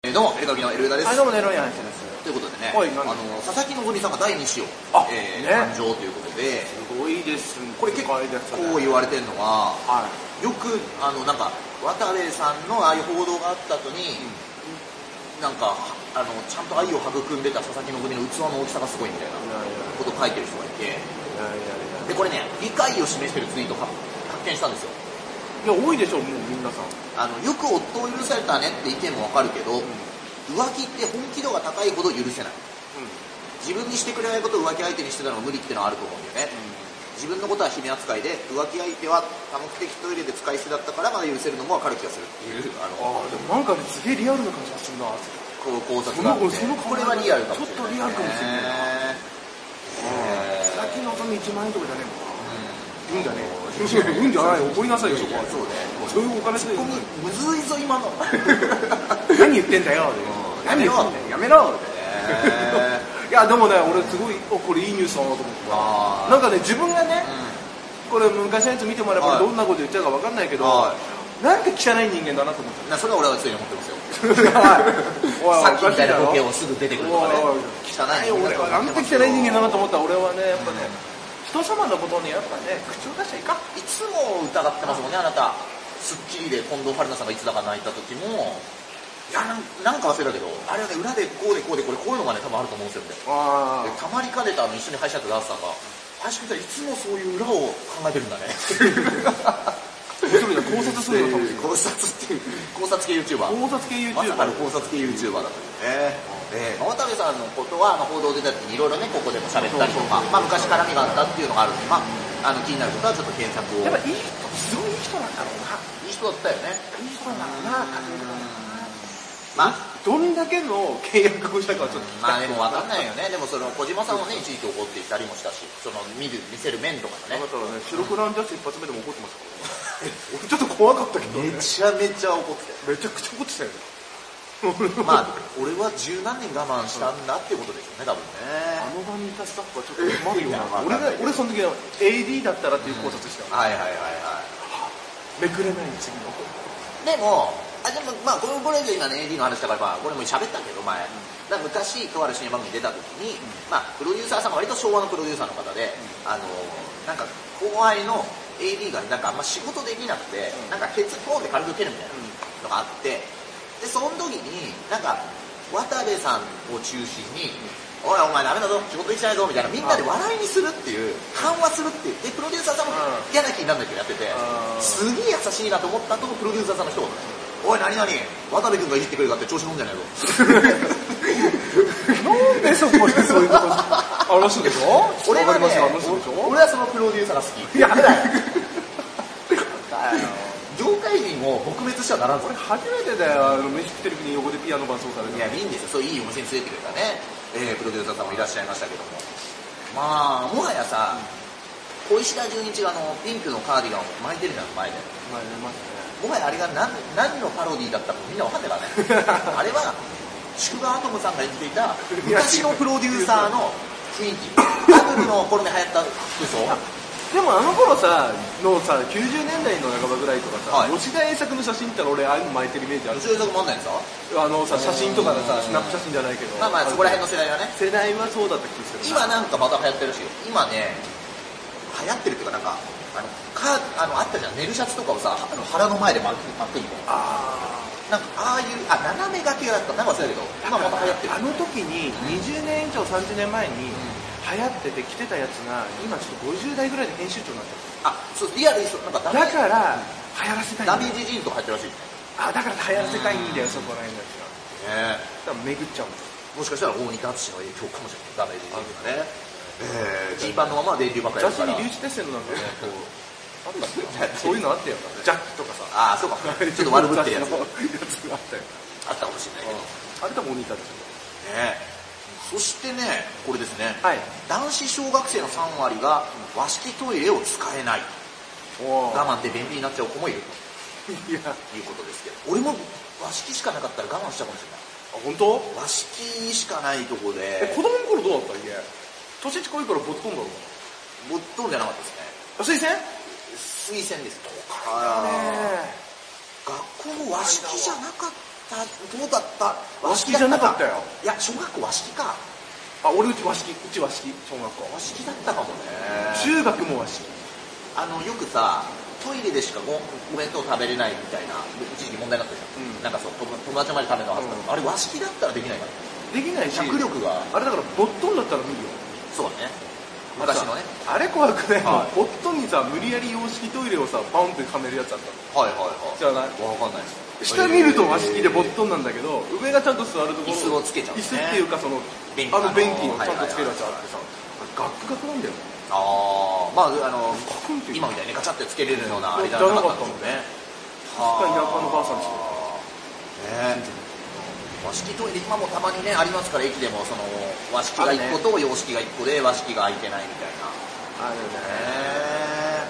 ー、どうも、エルカビのエルウダです。はい、どうもね、ロイヤンです。ということでね、はいあ何の佐々木希さんが第2子を、あえーね誕生ということで、すごいですね。これ結構はい。言われてるのは、はよく、あの、なんか、渡部さんのああいう報道があった後に、なんか、あの、ちゃんと愛を育んでた佐々木希の器の大きさがすごいみたいないやいやいことを書いてる人がいて、やいやいで、これね、理解を示してるツイートを発発見したんですよ。や。いや、多いでしょ、もう皆さん。あの、よく夫を許されたねって意見もわかるけど、浮気って本気度が高いほど許せない。う自分にしてくれないことを浮気相手にしてたのが無理ってのはあると思うんだよね、自分のことは秘密扱いで浮気相手は多目的トイレで使い捨てだったからまだ許せるのも分かる気がするっていうあのああ、でもなんかすげえリアルな感じがするな。こう考察があってそのそのこれはリアルかもしれない、ちょっとリアルかもしれないなねえ先のぞみ1万円とかじゃねえもんな。うんじゃねえ。うんうんじゃない。怒りなさいよ、そこは。そうねそういうお金だよここ。 にむずいぞ今の何言ってんだよ。何言ってんだよ。やめろ。えいや、でもね、俺すごい、お、これいいニュー スだなと思った。なんかね、自分がね、これ昔のやつ見てもらえばはいどんなこと言ってるか分かんないけど、はなんか汚い人間だなと思ったなそれは俺は常に思ってますよおいさっきみたいなボケおをすぐ出てくるとかねおいおい汚かしいいだろ人俺だとは思なってんてま汚すよい人間だなと思った俺はねやっぱね、人様のことにやっぱね口を出しちゃいかんいつも疑ってますもんね、あなた。スッキリで近藤春菜さんがいつだか泣いた時も、いや、なんなんか忘れたけど、あれはね、裏でこうでこうで、これこういうのがね、多分あると思うんですよ、みたいなあでたまりかねたあの一緒に歯医者とダンスさんが、林君っていつもそういう裏を考えてるんだね。 面白いな考察するの楽しい考察っていう、考察系 YouTuber。考察系まさかの YouTuber 考察系 YouTuber だったんですね。で、まあ渡部さんのことは、まあ、報道出た時にいろいろね、ここでも喋ったりとか、まあ、昔絡みがあったっていうのがあるんで、まあ、あの気になることはちょっと検索を。やっぱいい人すごいいい人なんだろうないい人だったよね。い人なんだろうな家族だろうなまあ、どんだけの契約をしたかはちょっと聞きまあたでもい分かんないよね、でもその小島さんもね、一時期怒っていたりもしたし、その見る見せる面とかだねか、らね白黒アンジャッシュ一発目でも怒ってま したからね俺ちょっと怖かったけどねちゃめちゃ怒ってめちゃくちゃ怒ってたよた、ねまあ、俺は十何年我慢したんだってことでしょうね、多分あね。の場にいたスタッフはちょっと困るよいやまあな俺が俺その時は AD だったらっていう考察した、はいはいはいはめくれない次のい。でも、あでもまあ、これこれで今ね、AD の話だから、まあ、これも喋ったけど、前、だから昔、とある CM 番組に出た時に、まあ、プロデューサーさんが割と昭和のプロデューサーの方で、あの、なんか、後輩の AD がなんかあんま仕事できなくて、うんなんか、ケツポーンで軽く蹴るみたいな。のがあってでその時になんか渡部さんを中心に「おいお前ダメだぞ仕事できてないぞ」みたいなみんなで笑いにするっていう緩和するっていうでプロデューサーさんもうん嫌な気にならないけどやっててうんすげえ優しいなと思ったとこプロデューサーさんの一言ねおい何々渡部君がいじってくれるかって調子乗んじゃないぞなんでそこでそういうことにあの人でしょ俺はわねかりますよあの人でしょ俺はそのプロデューサーが好きやだよあの業界人を撲滅してはならんぞ俺初めてだよあの飯食ってる時に横でピアノ伴奏されいてや、いいんですよ。そういいお店に連れてくれたね、えープロデューサーさんもいらっしゃいましたけども。まあ、もはやさ、小石田純一があの、ピンクのカーディガンを巻いてるじゃん、前で。まあねまあもはやあれが何何のパロディーだったかみんなわかんない からね。あれは、シュガーアトムさんが演じていた昔のプロデューサーの雰囲気。バブルの頃に流行った服装。ねでもあの頃さのさ90年代の半ばぐらいとかさ、はい吉田栄作の写真見たら俺ああいうの巻いてるイメージある吉田さんもあんないんですかあのさ写真とかでうさんスナップ写真じゃないけどまあまあ、そこら辺の世代はね。世代はそうだった気がする今なんかまた流行ってるしいよ今ね流行ってるっていうかなんかあのかあのあったじゃん寝るシャツとかをさあの腹の前で巻く巻くみたいああななんかああいうあ斜め掛けだったなんか忘れたけど今また流行ってるあの時に20年以上30年前に流行ってて着てたやつが今ちょっと50代ぐらいで編集長になっちあそうリアルにそうなんかゃダっメただから流行らせたダいんだメージジーンとか入ってるらしいねあだから流行らせたいんだよそこら辺のやつがだから巡っちゃうんだよえもしかしたら大仁田淳の影響かもしれないダメージジーンとかねええジーパンのまま電流ばっかりやる雑誌からに留置鉄線のなんかねこうあったんだそういうのあっ たよなジャックとかさああそうかちょっと悪ぶってるやつ 雑誌のやつがあっあったたよかもしれないけどねあれ多分鬼たちえそしてねこれですねはい男子小学生の3割が和式トイレを使えないお我慢で便利になっちゃう子もいるいやあということですけど俺も和式しかなかったら我慢しちゃうかもし本当れない和式しかないとこえで子供の頃どうだった家年近いからボットンだろうなボットンじゃなかったですねあ推推薦薦ですとねか学校の和式じゃなかっったどうだった和式じゃなかったよいや小学校和式かあ俺うち和式うち和式小学校和式だったかもね中学も和式あのよくさトイレでしかごお弁当食べれないみたいな一時期問題になったじゃん、うんなんかそう友友達まで食べたはずだけど、あれ和式だったらできないからできないし脚力があれだからボットンだったら無理よそうね昔のねあれ怖くない、はいボットンにさ無理やり洋式トイレをさバンってはめるやつあったのはいはいはい知らないわかんないです下見ると和式でボッットンなんだけど上がちゃんと座るところ椅子をつけちゃうね椅子っていうかその便器あの便器をちゃんとつけるやつあってさガックガクなんだよああまああのガクンっていう今みたいにガチャってつけれるようなああれれじじゃゃななかっかんったたですのねねは確かに田舎のばあさんちとねえ和式トイレ今もたまにねありますから駅でもその和式が1個と洋式が1個で和式が空いてないみたいなあるねへえ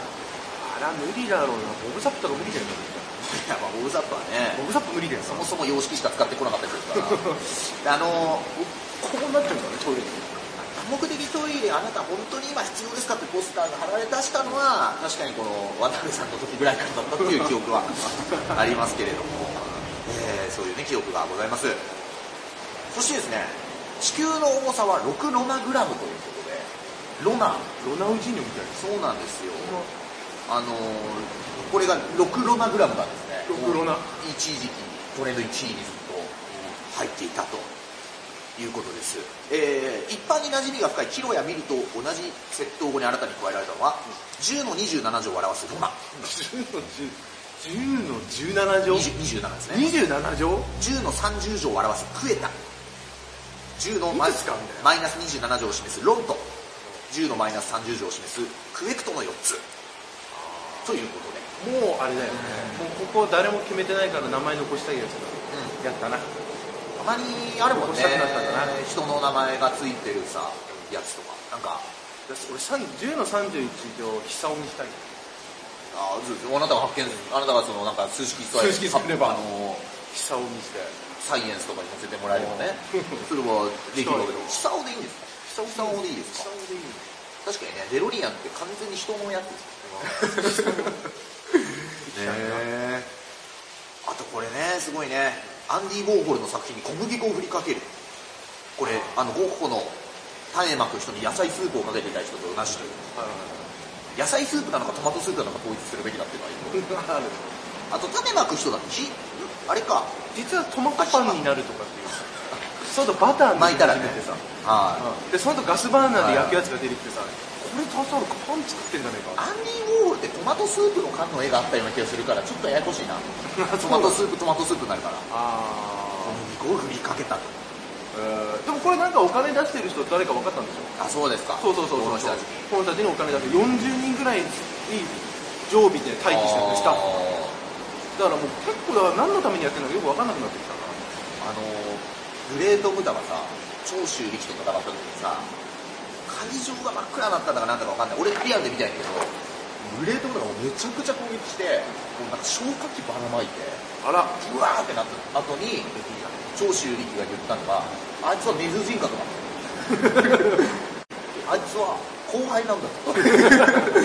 あら無理だろうなボブサップとか無理だよ いやまあボブサップはねボブサップ無理だよそもそも洋式しか使ってこなかったりするからあのここになっちゃうんだねトイレに多目的トイレあなた本当に今必要ですかってポスターが貼られ出したのは確かにこの渡辺さんの時ぐらいからだったっていう記憶はありますけれども、えーそういうね記憶がございますそしてですね地球の重さは6ロナグラムということでロナロナウジーニョみたいそうなんですよなあのーこれが6ロナグラムがですね6ロナもう一時期トレンド1位にずっと入っていたということです、えー一般に馴染みが深いキロやミルと同じ窃盗語に新たに加えられたのは10の27乗を表すロナ10の10 10の17乗20 27ですね27乗10の30乗を表すクエタ10のマいくつかあるんだよマイナス27乗を示すロント10のマイナス30乗を示すクエクトの4つということでもうあれだよねもうここ誰も決めてないから名前残したいやつだやったなたまにあるもんおっねしゃってなかったんだな人の名前がついてるさやつとかなんか私俺10の31乗久男にしたいあーずずあなたが発見あなたがそのなんか数式数式作ればあの久男にしてサイエンスとかに載せてもらえればねうんそれはできるわ けで久男でいいんですか久男でいいですか男でいい確かにねデロリアンって完全に人のやつですよ ねねえあとこれねすごいねアンディ・ウォーホルの作品に小麦粉を振りかけるこれあのゴッホの種まく人に野菜スープをかけていた人と同じという野菜スープなのかトマトスープなのか統一するべきだっていうのは言うあるあと種まく人だってひんあれか 実はトマトパンになるとかって いうその後バターに巻いたら始ねめてさはいでその後ガスバーナーで焼くやつが出てきてさこれただのパン作ってんじゃねえかアンディ・ウォーホルってトマトスープの缶の絵があったような気がするからちょっとややこしいなトマトスープトマトスープになるから小あ麦粉を振りかけたとーでもこれなんかお金出してる人誰か分かったんでしょあそうですかそうそうそうこの人たちこの人たちにお金出して40人ぐらいに常備で待機してるんでスタッフだからもう結構だから何のためにやってるのかよく分かんなくなってきたあなのーグレートブタがさ長州力と戦った時にさ会場が真っ暗だったんだかなんだかわかんない俺リアルで見たんやけどグレートブタがめちゃくちゃ攻撃してもうなんか消火器ばらまいてあらうわーってなった後に長州力が言ったのがあいつは根津人格 なんだあいつは後輩なんだと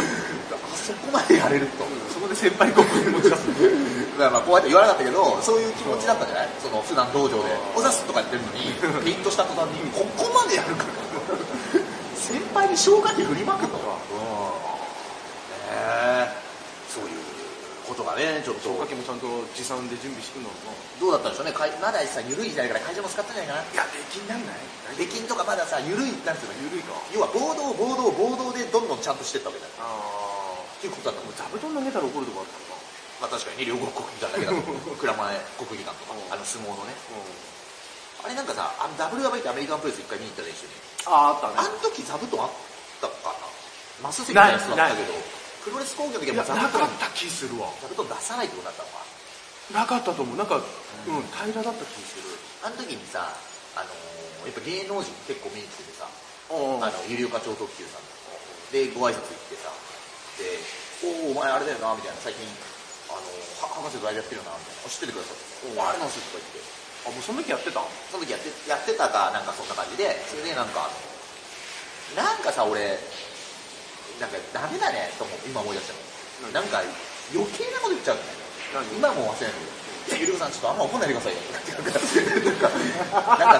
あそこまでやれるとそこで先輩国に持ち出すまあまあこうやって言わなかったけどそういう気持ちだったんじゃないその普段道場で「おざす」とか言ってるのにピンとした途端にここまでやるから先輩に消火器振りまくとかねえそういうことがねちょっと消火器もちゃんと持参で準備してるのかなどうだったんでしょうねかいまださ緩い時代から会社も使ったんじゃないかないやできんなんない出禁とかまださ緩いなんていうの緩いか要は暴動暴動暴動でどんどんちゃんとしてったわけだよああっていうことだと思う座布団投げたら怒るとこあったのかまあ確かにね両国国技館だけだと 蔵前国技館とかうんあの相撲のねうあれなんかさあの WW ってアメリカンプレス一回見に行ったで一緒にんあああっあたねの時座布団あったかなマス席みたいなやつだったけどないプロレス工業の時いはもやう座な布か団った気するわ座布団出さないってことだったのかなかったと思うなんか、うん、平らだった気するあの時にさあのーやっぱ芸能人結構見に来ててさうんあの有料課長特急さんでご挨拶行ってさで「おおお前あれだよな」みたいな最近あのは博士とライブやってるよなみたいなあ知っててくださって「おうあれなんすよ」とか言ってあもうその時やってたその時やってやってたかなんかそんな感じでそれでなんかなんかさ俺なんかダメだねと思う今思い出しても何なんか余計なこと言っちゃうんだよ何今もう忘れないんだけどや、ゆりこさん、ちょっとあんま怒んないでくださいよ。なんか、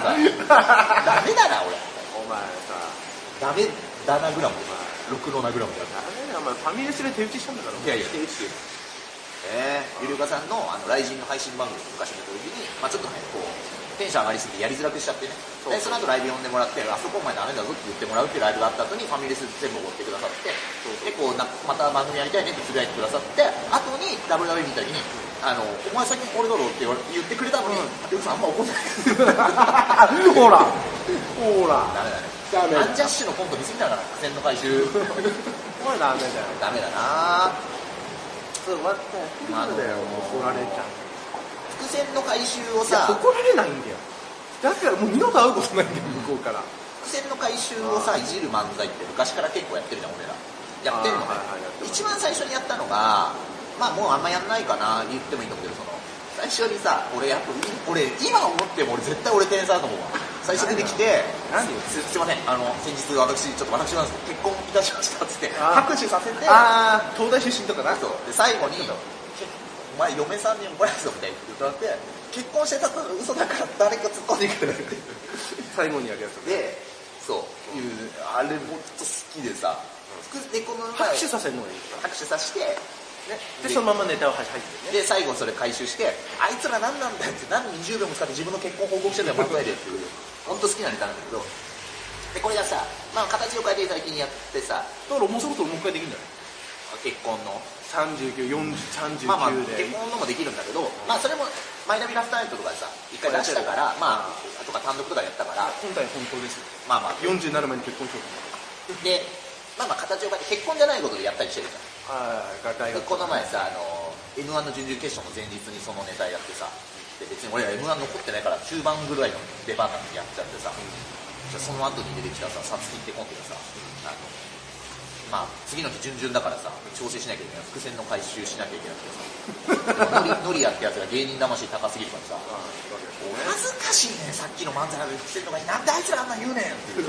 なんかさ、 ダメだな、俺。お前さダメだなグラム。お六のなグラムだな。前ダメだよお前ファミレスで手打ちしたんだからいやいや手打ちえー、ゆりおかさんのあの雷神の配信番組昔見た時に、まあ、ちょっとねこうテンション上がりすぎてやりづらくしちゃってねそうでその後ライブ呼んでもらってあそこお前ダメだぞって言ってもらうっていうライブがあった後にファミレス全部おごってくださってでこうなんかまた番組やりたいねってつぶやいてくださって後に WW 見た時に「あのお前先に俺だろ」って言われ言ってくれたのに、うんゆりおかさんあんま怒んないダメだねほらほらダメだアンジャッシュのコント見すぎたから線の回収これダメだよダメだなそう終わったやってあのー怒られちゃう伏線の回収をいやさ怒られないんだよだからもう二度と会うことないんだよ向こうから伏線の回収をさいじる漫才って昔から結構やってるじゃん俺らやってんのねあーはいはいやってます一番最初にやったのがまあもうあんまやんないかな言ってもいいんだけどその最初にさ俺やっぱ俺今思っても俺絶対俺天才だと思うわ最初出てきて何よすすいませんあの先日私ちょっと私なんですけど結婚いたしましたっつってあー拍手させてああ東大出身とかなそうで最後に「お前嫁さんに怒られぞ」みたいに言ってもらって結婚してたから嘘だから誰か突っ込んでくれって最後にやるやつでそういうあれもっと好きでさ、でこの拍手させるのがいいよ拍手さして、ね、でそのままネタを入ってるねで最後それ回収してあいつら何なんだよって何20秒も使って自分の結婚報告書では漫才でっていう本当好きなネタなんだけどでこれがさ、まあ、形を変えて最近やってさだからもうそろそろもう一回できるんじゃ結婚のない394039で、まあまあ結婚のもできるんだけど、まあそれもマイナビラフターナイトとかでさ一回出したからまあとか単独とかでやったから今回本当ですまあまあ40になる前に結婚しようでまあまあ形を変えて結婚じゃないことでやったりしてるじゃんと思ってはい大でこの前さ、あの m 1の準々決勝の前日にそのネタやってさで別に俺ら m 1残ってないから中盤ぐらいの出番なんてやっちゃってさ、じゃあその後に出てきたささつきってコントでさ、あのまあ、次の日準々だからさ調整しなきゃいけない伏線の回収しなきゃいけなくてさでもノリノリ やってやつが芸人魂高すぎるからさ恥ずかしいねさっきの漫才の伏線の回なんであいつらあんなん言うねんって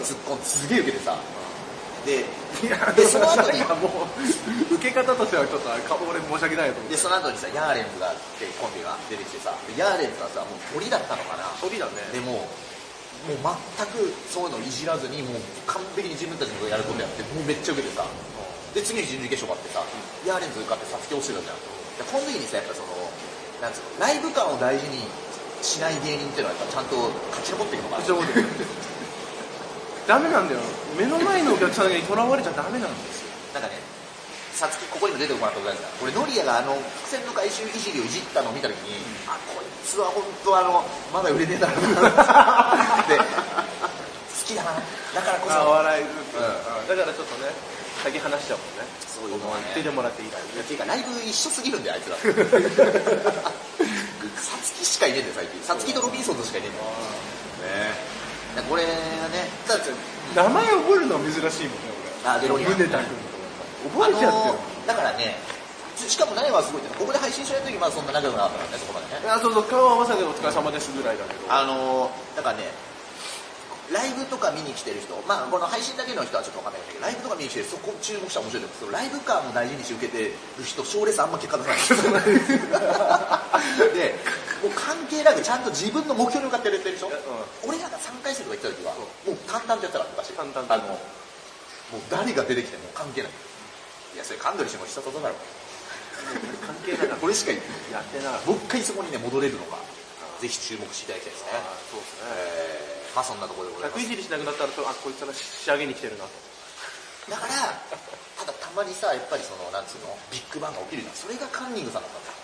ツッコんですげえ受けてさでいやでその後にいやもう受け方としてはちょっとあれか俺申し訳ないと思っでてその後にさヤーレンズがってコンビが出てきてさでヤーレンズはさもう鳥だったのかな鳥だねでももう全くそういうのをいじらずにもう完璧に自分たちのやることやってもうめっちゃ受けてさで次の日準々決勝があってさ、ヤーレンズ受かってサスケ落ちてたじゃんでこの時にさやっぱそのなんつうのライブ感を大事にしない芸人っていうのはやっぱちゃんと勝ち残っていくのかなちょっと待ってダメなんだよ目の前のお客さんにとらわれちゃダメなんですよなんかね、さつきここにも出てこなかったことないんだ俺、ノリヤがあの伏線の回収いじりをいじったのを見たときに、あこいつは本当あの、まだ売れてたな って、で好きだな、だからこあそ、笑いずつ、だからちょっとね先話しちゃうもんねそういうのはね、出ってもらっていいからていうか、ライブ一緒すぎるんだよ、 あいつら。さつきしかいねえんだよ、最近、さつきとロビンソンとしかいねえんだよ。ねこれはね、だって名前覚えるのは珍しいもんね俺あデロリアン宗田君覚えちゃってるあのだからね、しかも何がすごいって、ここで配信しないとき、まあそんな仲良くなかったからね、そこまでね。いやそうそう顔合わせてお疲れ様ですぐらいだけどあのーだからね、ライブとか見に来てる人、まあ、この配信だけの人はちょっとわかんないけど、ライブとか見に来てる人、そこ注目したら面白いと思うそのライブ感も大事にして受けてる人、賞レースあんま結果出さ ないで、もう関係なく、ちゃんと自分の目標に向かってやれてるでしょ、う俺らが3回戦とか行った時は、もう簡単ってやったから、昔。簡単あのもう誰が出てきても関係ない。いや、それ、カンドリ氏もしたことだろ。関係なかっこれしか言ってたやってなかったもう一回そこにね、戻れるのか、ぜひ注目していただきたいですね。そうですえーまあそんなところでございま客いすじりしなくなったらとあこいつら仕上げに来てるなとだからただたまにさやっぱりそのなんつうのビッグバンが起きるじゃんそれがカンニングさんだったんだ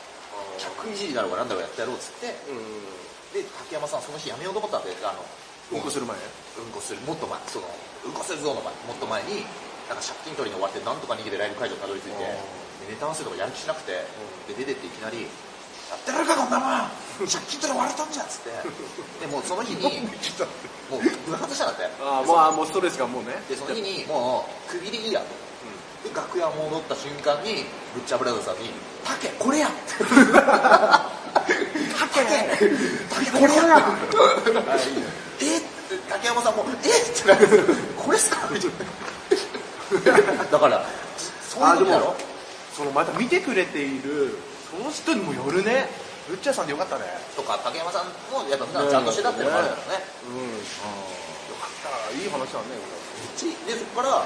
客いじりだろうがなんだろうがやってやろうっつってうでん竹山さんその日やめようと思ったんであのうんこする前うんこするもっと前そのうんこするぞの前もっと前になんか借金取りに終わってなんとか逃げてライブ会場にたどり着いてあでネタ合わせとかやる気しなくてうで出てっていきなり「やってやるかこんなもん借金取り終われたんじゃん」っつってでもうその日にもう部活したんだってあーもうあーもうストレスがもうねでその日にもう首でいいやとで楽屋戻った瞬間にブッチャーブラザーズさんに「タケこれや!」って「タケタケこれや!」えって竹山さんも「えっ?」ってなって「これっすか?」みたいなだからそういうことだあでろもそのまた見てくれているその人にもよるねルッチャーさんでよかったねとか竹山さんもやっぱ普段ちゃんとしてたっていうのもあるからねうんよかったいい話だねでそこから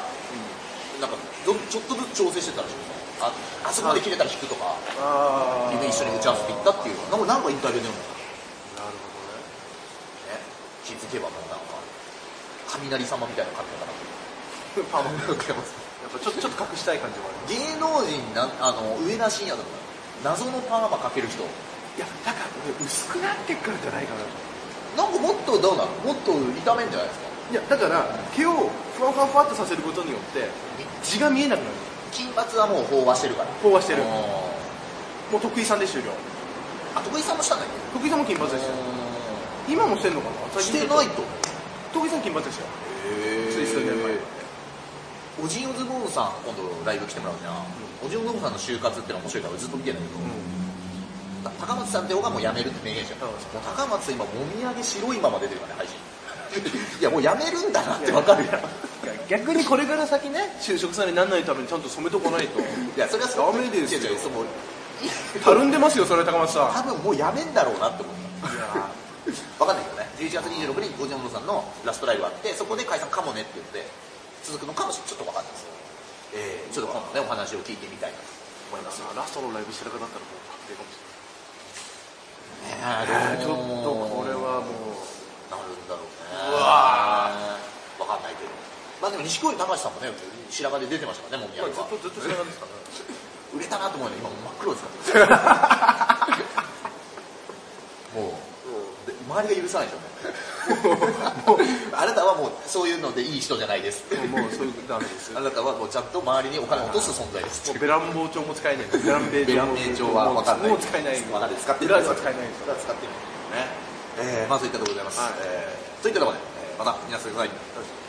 なんかどちょっとずつ調整してたらしいああそこまで切れたら引くとかこれああ夢一緒に打ち合わせて行ったっていうなんかなんかインタビューでもなるほどねね気づけばもうなんか雷様みたいな感じだから パーマやっ竹山さんぱちょっとちょっと隠したい感じもある芸能人なあの上田晋也だとか謎のパーマかける人いやだから俺薄くなってっからじゃないかななんかもっとどうなのもっと痛めんじゃないですかいやだから毛をふわふわふわっとさせることによって字が見えなくなる金髪はもう飽和してるから飽和してるあもう徳井さんで終了ーあ徳井さんもしたんだっ徳井さんも金髪でしたよけ今もしてんのかなしてないと思う徳井さん金髪でしたよつい数年前おじいおずぼんさん今度ライブ来てもらうじゃん、おじいおずぼんさんの就活っての面白いからずっと見てんだけど、た高松さんって方がもう辞めるって明言してた、うんもう高松さん今もみあげ白いまま出てるからね配信いやもう辞めるんだなってわかるやん逆にこれから先ね就職さんにならないためにちゃんと染めとかないといやそれはダメですよ違う違うそのたるんでますよそれは高松さん多分もう辞めんだろうなって思ったいやわかんないけどね11月26日に五条門さんのラストライブあってそこで解散かもねって言って続くのかもしれないちょっとわかんないですよ、えーちょっと今度ねお話を聞いてみたいなと思いますラストのライブ白髪だったらもう確定かもしねれないちょっとこれはもうなるんだろうねうわわかんないけどまあでも錦織隆さんもね白髪で出てましたからねもみあげはずっと白髪ですかね売れたなと思うのに今もう真っ黒ですから もうで周りが許さないでしょうねもうあなたはもうそういうのでいい人じゃないですもうそういうダメですあなたはもうちゃんと周りにお金を落とす存在ですベランボー帳も使えないベランベ ーベラン名帳は分かんないもう使えないまだ使ってベランは使えないです裏は使ってないねえーまあそういったところでございますはいえーといったところでえーまた皆さんください